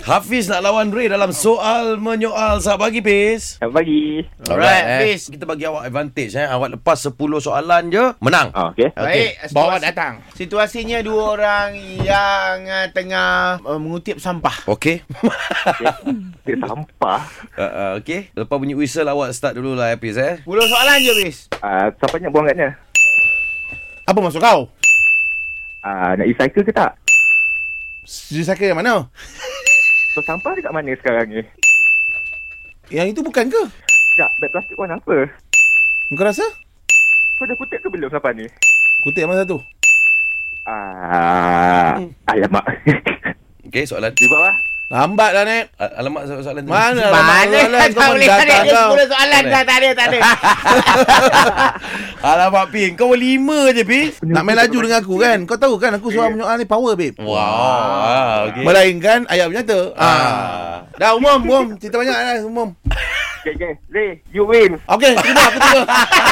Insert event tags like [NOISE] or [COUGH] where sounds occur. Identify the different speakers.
Speaker 1: Hafiz nak lawan Ray dalam soal menyoal saat pagi, Fiz.
Speaker 2: Selamat pagi.
Speaker 1: Alright,
Speaker 3: Alright, eh.
Speaker 1: Fiz. Kita bagi awak advantage. Eh. Awak lepas 10 soalan je, menang.
Speaker 2: Ah, okey.
Speaker 3: Baik,
Speaker 1: Okey.
Speaker 3: situasi-
Speaker 4: Bawa datang.
Speaker 3: Situasinya dua orang yang uh, tengah uh, mengutip sampah.
Speaker 1: Okey. [LAUGHS]
Speaker 2: Dia sampah.
Speaker 1: uh, uh, okey. Lepas bunyi whistle, awak start dulu lah, eh, Fiz. Eh.
Speaker 3: 10 soalan je, Fiz.
Speaker 2: Ah, siapa nak buang katnya?
Speaker 4: Apa maksud kau?
Speaker 2: Ah, nak recycle ke tak?
Speaker 4: Recycle yang mana?
Speaker 2: So, sampah dekat mana sekarang ni?
Speaker 4: Yang itu bukan ke?
Speaker 2: Sekejap, beg plastik warna apa?
Speaker 4: Kau rasa?
Speaker 2: Kau dah kutip ke belum sampai ni?
Speaker 4: Kutip yang mana satu?
Speaker 2: Ah, alamak. [LAUGHS]
Speaker 1: Okey, soalan.
Speaker 2: Di bawah.
Speaker 4: Lambat lah, Nek.
Speaker 1: A- Alamak soalan, soalan tu.
Speaker 4: Mana lah
Speaker 3: Mana
Speaker 4: soalan
Speaker 3: tak
Speaker 4: kau
Speaker 3: boleh ada
Speaker 4: mendatang
Speaker 3: dia
Speaker 4: kau.
Speaker 3: 10 soalan dah tak ada tak ada.
Speaker 1: Alamak, Fiz. Kau lima je, Fiz.
Speaker 4: Nak main laju dengan aku kan? Kau tahu kan aku soal menyoal ni power, babe.
Speaker 1: Wow. Ah, okey.
Speaker 4: Melainkan ayat bernyata. Ah.
Speaker 1: Ah.
Speaker 4: Dah umum, umum. Cerita banyak lah umum.
Speaker 2: Okay, okay. Ray, you win.
Speaker 4: Okey, terima aku terima.